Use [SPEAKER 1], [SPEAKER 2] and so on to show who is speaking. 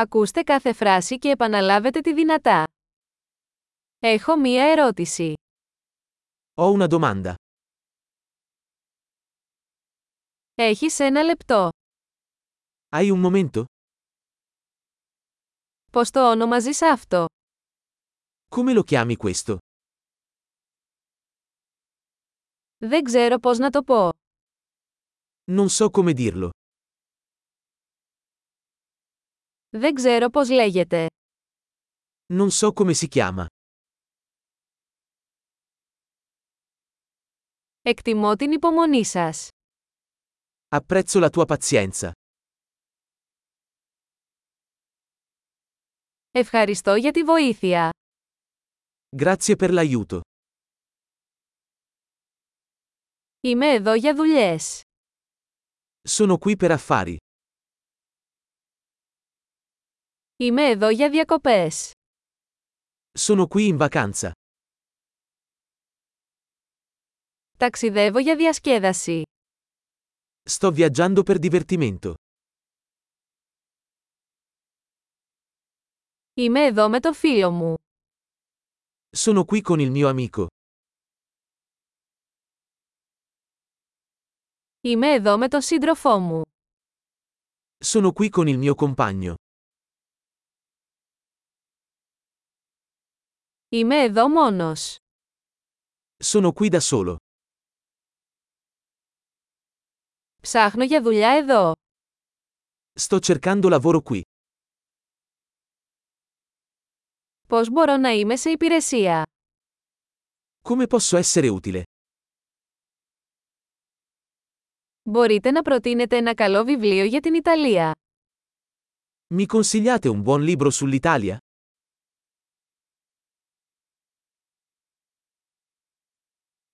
[SPEAKER 1] Ακούστε κάθε φράση και επαναλάβετε τη δυνατά. Έχω μία ερώτηση.
[SPEAKER 2] Ho una domanda.
[SPEAKER 1] Έχεις ένα λεπτό.
[SPEAKER 2] Hai un momento?
[SPEAKER 1] Πώς το ονομαζείς αυτό.
[SPEAKER 2] Come lo chiami questo?
[SPEAKER 1] Δεν ξέρω πώς να το πω.
[SPEAKER 2] Non so come dirlo.
[SPEAKER 1] Δεν ξέρω πώς λέγεται.
[SPEAKER 2] Non so come si chiama.
[SPEAKER 1] Εκτιμώ την υπομονή σας.
[SPEAKER 2] Apprezzo la tua pazienza.
[SPEAKER 1] Ευχαριστώ για τη βοήθεια.
[SPEAKER 2] Grazie per l'aiuto.
[SPEAKER 1] Είμαι εδώ για δουλειές.
[SPEAKER 2] Sono qui per affari.
[SPEAKER 1] Είμαι εδώ για διακοπές.
[SPEAKER 2] Sono qui in vacanza.
[SPEAKER 1] Ταξιδεύω για διασκέδαση.
[SPEAKER 2] Sto viaggiando per divertimento.
[SPEAKER 1] Είμαι εδώ με το φίλο μου.
[SPEAKER 2] Sono qui con il mio amico.
[SPEAKER 1] Είμαι εδώ με τον σύντροφό μου.
[SPEAKER 2] Sono qui con il mio compagno.
[SPEAKER 1] Είμαι εδώ μόνος.
[SPEAKER 2] Sono qui da solo.
[SPEAKER 1] Ψάχνω για δουλειά εδώ.
[SPEAKER 2] Sto cercando lavoro qui.
[SPEAKER 1] Πώς μπορώ να είμαι σε υπηρεσία.
[SPEAKER 2] Come posso essere utile?
[SPEAKER 1] Μπορείτε να προτείνετε ένα καλό βιβλίο για την Ιταλία.
[SPEAKER 2] Mi consigliate un buon libro sull'Italia?